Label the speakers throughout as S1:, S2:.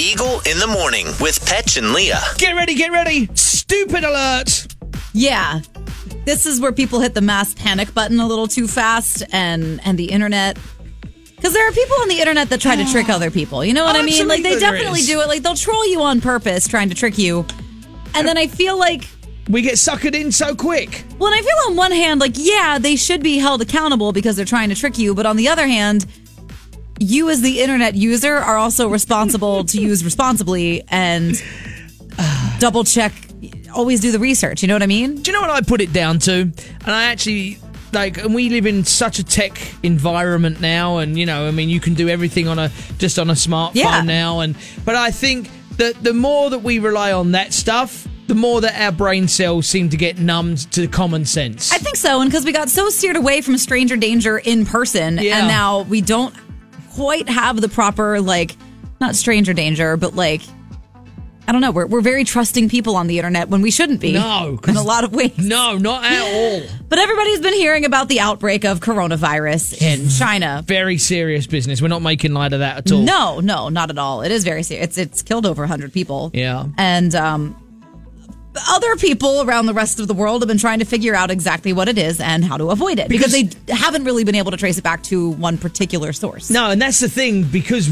S1: Regal in the morning with Patch and Leah.
S2: Get ready, get ready. Stupid alert.
S3: Yeah. This is where people hit the mass panic button a little too fast and and the internet because there are people on the internet that try to trick other people. You know what I mean? Like they
S2: Oh, Absolutely there
S3: definitely
S2: is.
S3: do it. Like they'll troll you on purpose trying to trick you. And then I feel like
S2: We get suckered in so quick.
S3: well, and I feel on one hand like yeah, they should be held accountable because they're trying to trick you, but on the other hand, you as the internet user are also responsible to use responsibly and double check always do the research, you know what I mean?
S2: Do you know what I put it down to? And I actually like and we live in such a tech environment now and you know, I mean you can do everything on a just on a smartphone
S3: Yeah.
S2: now and but I think that the more that we rely on that stuff, the more that our brain cells seem to get numbed to common sense.
S3: I think so, and because we got so steered away from stranger danger in person,
S2: Yeah.
S3: and now we don't quite have the proper like, not stranger danger, but like, I don't know. We're we're very trusting people on the internet when we shouldn't be.
S2: No, 'cause-
S3: in a lot of ways.
S2: no, not at all.
S3: But everybody's been hearing about the outbreak of coronavirus in China.
S2: Very serious business. We're not making light of that at all.
S3: No, no, not at all. It is very serious. It's it's killed over 100 people.
S2: Yeah.
S3: And um other people around the rest of the world have been trying to figure out exactly what it is and how to avoid it because, they haven't really been able to trace it back to one particular source.
S2: No, and that's the thing because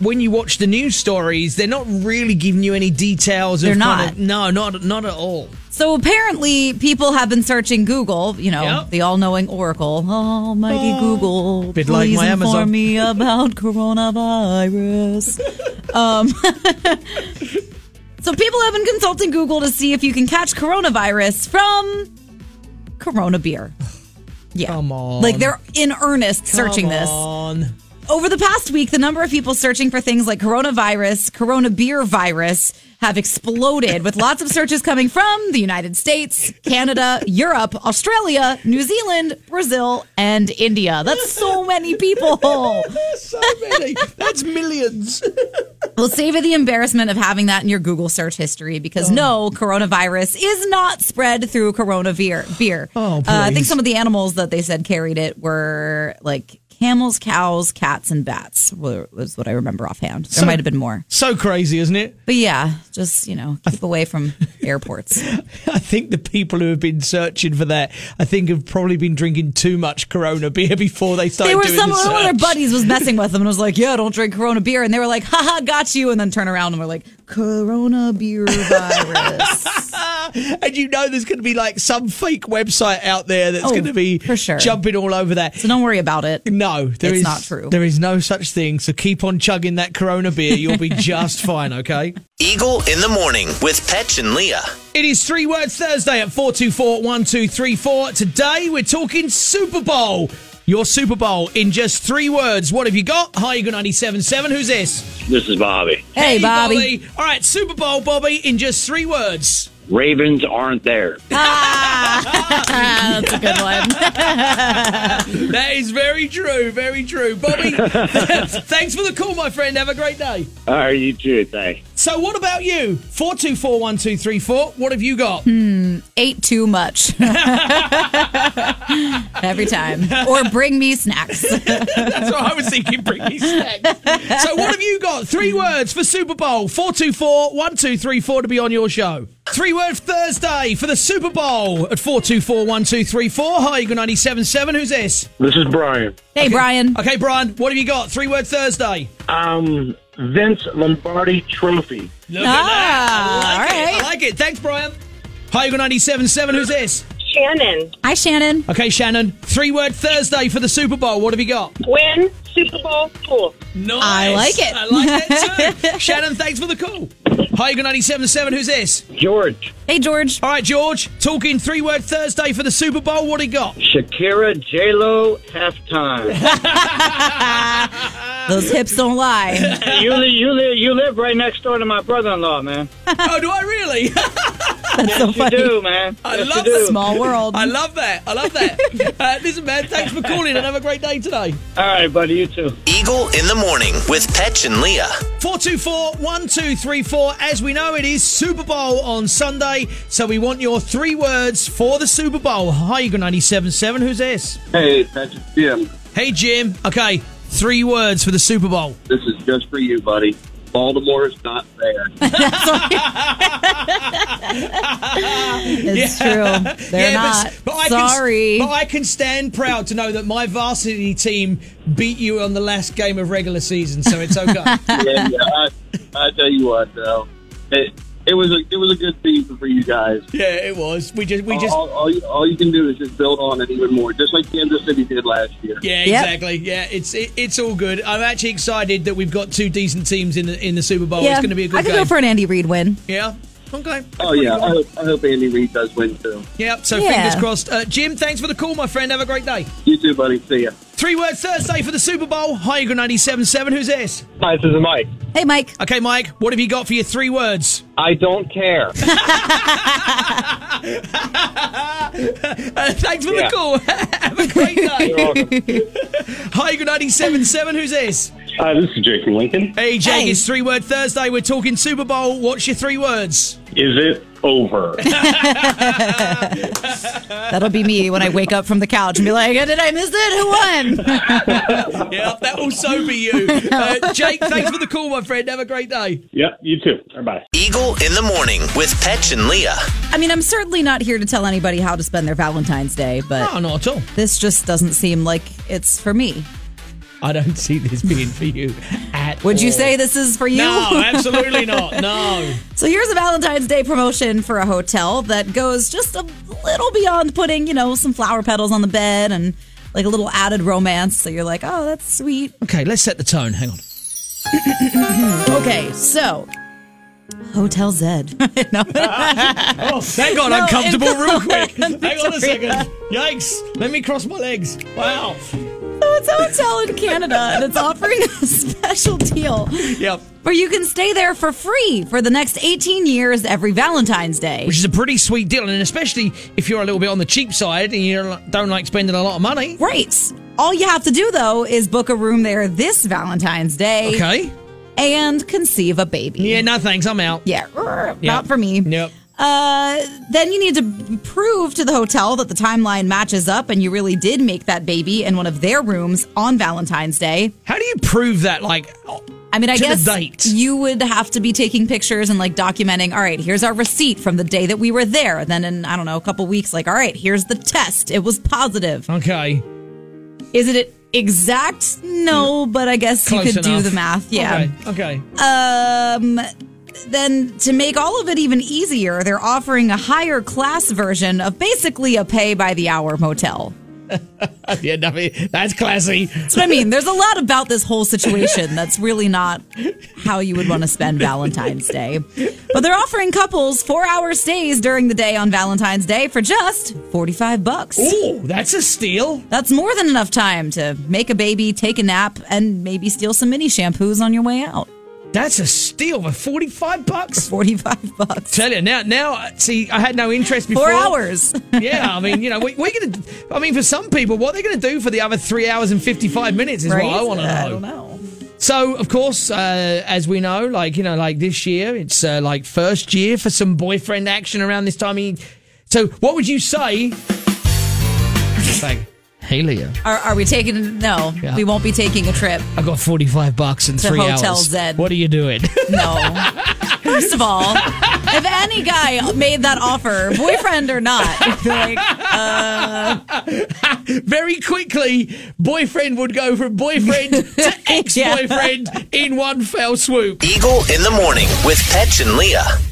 S2: when you watch the news stories, they're not really giving you any details.
S3: They're
S2: of kind of-
S3: not.
S2: no, not not at all.
S3: So apparently people have been searching Google, you know,
S2: Yep. Oh.
S3: the all-knowing Oracle. Almighty Google,
S2: Bit
S3: please
S2: like my
S3: inform
S2: Amazon.
S3: me about coronavirus. um, so people have been consulting Google to see if you can catch coronavirus from Corona beer. Yeah.
S2: Come on.
S3: Like they're in earnest searching
S2: Come
S3: this.
S2: on.
S3: Over the past week, the number of people searching for things like coronavirus, corona beer virus have exploded with lots of searches coming from the United States, Canada, Europe, Australia, New Zealand, Brazil, and India. That's so many people.
S2: There's so many. That's millions.
S3: Well, savor the embarrassment of having that in your Google search history
S2: Oh.
S3: because no, coronavirus is not spread through corona beer. beer.
S2: Oh,
S3: I think
S2: please.
S3: some of the animals that they said carried it were like camels, cows, cats, and bats were, was what I remember offhand. There
S2: So-
S3: might have been more.
S2: So crazy, isn't it?
S3: But yeah, just, you know, keep away from airports.
S2: I think the people who have been searching for that, I think, have probably been drinking too much Corona beer before they started
S3: They were,
S2: doing
S3: some
S2: the
S3: one of their
S2: search.
S3: buddies was messing with them and was like, yeah, don't drink Corona beer. And they were like, haha, got you. And then turn around and were like, Corona beer virus.
S2: And you know there's going to be like some fake website out there that's
S3: Oh,
S2: going to be
S3: for sure.
S2: jumping all over that.
S3: so don't worry about it.
S2: No, there
S3: It's
S2: is-
S3: not true.
S2: There is no such thing. So keep on chugging that Corona beer. You'll be just fine. Okay.
S1: Eagle in the morning with Patch and Leah.
S2: It is three words Thursday at four two four one two three four. Today we're talking Super Bowl. Your Super Bowl in just three words. What have you got? Hi, Eagle ninety seven seven. Who's this?
S4: This is Bobby.
S3: Hey, Bobby.
S2: All right, Super Bowl, Bobby, in just three words.
S4: Ravens aren't there.
S3: Ah, that's a good one.
S2: That is very true. Very true, Bobby. thanks for the call, my friend. Have a great day.
S4: All right, you too. Thanks.
S2: So, what about you? Four two four one two three four. What have you got?
S3: Ate too much. Every time. Or bring me snacks.
S2: That's what I was thinking. Bring me snacks. So, what have you got? Three words for Super Bowl 424 1234 to be on your show. Three word Thursday for the Super Bowl at 424 1234. Hi, Eagle 977. Who's this?
S5: This is Brian.
S3: Hey, Brian.
S2: Okay, Brian, what have you got? Three word Thursday.
S5: Um, Vince Lombardi Trophy.
S2: Look
S3: Ah,
S2: at that. I like, it.
S3: all right.
S2: I like it. Thanks, Brian. Hi, Eagle 977. Who's this?
S6: Shannon,
S3: Hi, Shannon.
S2: Okay, Shannon. Three word Thursday for the Super Bowl. What have you got?
S6: win Super Bowl pool.
S2: Nice.
S3: I like it.
S2: I like that too. Shannon, thanks for the call. Hi, Eagle 977. Who's this?
S4: George,
S3: Hey, George.
S2: All right, George, talking three word Thursday for the Super Bowl. What do you got?
S4: Shakira, J Lo, halftime.
S3: Those hips don't lie.
S4: you live, you live, you live right next door to my brother-in-law, man.
S2: oh, do I really?
S3: That's so
S4: You
S3: funny.
S4: do, man.
S2: I
S4: Yes,
S2: love
S4: you do.
S2: that.
S3: Small world.
S2: I love that. I love that. Uh, listen, man, thanks for calling and have a great day today.
S4: All right, buddy. You too.
S1: Eagle in the morning with Patch and Leah.
S2: 424 1234. As we know, it is Super Bowl on Sunday, so we want your three words for the Super Bowl. Hi, Eagle 977. Who's this?
S5: Hey, Patrick Jim.
S2: Hey, Jim. Okay, three words for the Super Bowl.
S5: This is just for you, buddy. Baltimore is not there.
S3: It's true. They're
S2: Yeah,
S3: not.
S2: but, but I
S3: Sorry.
S2: Can, but I can stand proud to know that my varsity team beat you on the last game of regular season, so it's okay.
S5: yeah, yeah, I, I tell you what, though, it, it was a it was a good season for you guys.
S2: yeah, it was. We just, we just.
S7: Oh.
S5: all, all, you, all you can do is just build on it even more, just like Kansas City did last year.
S2: Yeah,
S3: Yep.
S2: exactly. Yeah, it's it, it's all good. I'm actually excited that we've got two decent teams in the in the Super Bowl. It's going to be a good
S3: I could
S2: game.
S3: go for an Andy Reid win.
S2: yeah. Okay.
S5: Oh yeah, I hope, I hope Andy Reid does win too.
S2: Yep. So
S3: Yeah.
S2: fingers crossed. Uh, Jim, thanks for the call, my friend. Have a great day.
S5: You too, buddy. See ya.
S2: Three words Thursday for the Super Bowl. Hi, you got 97.7. Who's this?
S7: Hi, this is Mike.
S3: Hey, Mike.
S2: Okay, Mike. What have you got for your three words?
S7: I don't care.
S2: Uh, thanks for
S7: Yeah.
S2: the call. have a great day. Hi, good 97.7. Who's this?
S7: Hi, Uh, this is Jake from Lincoln.
S2: Hey, Jake,
S3: Hey.
S2: it's Three Word Thursday. We're talking Super Bowl. What's your three words?
S7: Is it over?
S3: That'll be me when I wake up from the couch and be like, "Did I miss it? Who won?"
S2: Yeah, that will so be you. Uh, Jake, thanks for the call, my friend. Have a great day.
S7: yep, you too. Bye bye.
S1: Eagle in the morning with Petch and Leah.
S3: I mean, I'm certainly not here to tell anybody how to spend their Valentine's Day, but
S2: Oh, not at all.
S3: this just doesn't seem like it's for me.
S2: I don't see this being for you at
S3: Would you
S2: all.
S3: say this is for you?
S2: Oh. No, absolutely not. No.
S3: So here's a Valentine's Day promotion for a hotel that goes just a little beyond putting, you know, some flower petals on the bed and like a little added romance. So you're like, oh, that's sweet.
S2: Okay, let's set the tone. Hang on.
S3: Okay, so Hotel Zed. no,
S2: Oh, thank God,
S3: No,
S2: I'm comfortable
S3: it's-
S2: real quick. Hang on a
S3: Victoria.
S2: second. Yikes. Let me cross my legs. Wow.
S3: So Oh, it's a hotel in Canada and it's offering a special deal
S2: Yep.
S3: where you can stay there for free for the next 18 years every Valentine's Day.
S2: Which is a pretty sweet deal, and especially if you're a little bit on the cheap side and you don't like spending a lot of money.
S3: Right. All you have to do though is book a room there this Valentine's Day
S2: Okay.
S3: and conceive a baby.
S2: Yeah, no thanks. I'm out.
S3: Yeah, er,
S2: Yeah.
S3: not for me.
S2: Nope.
S3: Uh, then you need to prove to the hotel that the timeline matches up and you really did make that baby in one of their rooms on Valentine's Day.
S2: How do you prove that? Like,
S3: I mean, I
S2: To the
S3: guess
S2: date.
S3: you would have to be taking pictures and like documenting. All right, here's our receipt from the day that we were there. And then in I don't know a couple weeks, like all right, here's the test. It was positive.
S2: okay.
S3: Is it exact? No, but I guess
S2: Close
S3: you could
S2: enough.
S3: do the math. Yeah. Uh,
S2: Okay. okay.
S3: Um, then to make all of it even easier, they're offering a higher class version of basically a pay by the hour motel.
S2: yeah, no, that's classy.
S3: That's what I mean. There's a lot about this whole situation that's really not how you would want to spend Valentine's Day. But they're offering couples four hour stays during the day on Valentine's Day for just 45 bucks.
S2: Oh, that's a steal.
S3: That's more than enough time to make a baby, take a nap, and maybe steal some mini shampoos on your way out.
S2: That's a steal for 45 bucks.
S3: 45 bucks.
S2: Tell you now, now, uh, see, I had no interest before.
S3: Four hours.
S2: Yeah, I mean, you know, we, we're going to, I mean, for some people, what they're going to do for the other three hours and 55 minutes is what I want to know.
S3: I don't know.
S2: So, of course, uh, as we know, like you know, like this year, it's uh, like first year for some boyfriend action around this time. He- So, what would you say? like, hey Leah,
S3: Are, are we taking? No,
S2: Yeah.
S3: we won't be taking a trip.
S2: I got forty-five bucks in
S3: To
S2: three
S3: Hotel
S2: hours.
S3: Zed.
S2: What are you doing?
S3: No. First of all, if any guy made that offer, boyfriend or not, I'd be like,
S2: Very quickly, boyfriend would go from boyfriend to ex-boyfriend in one fell swoop.
S1: Eagle in the morning with Petch and Leah.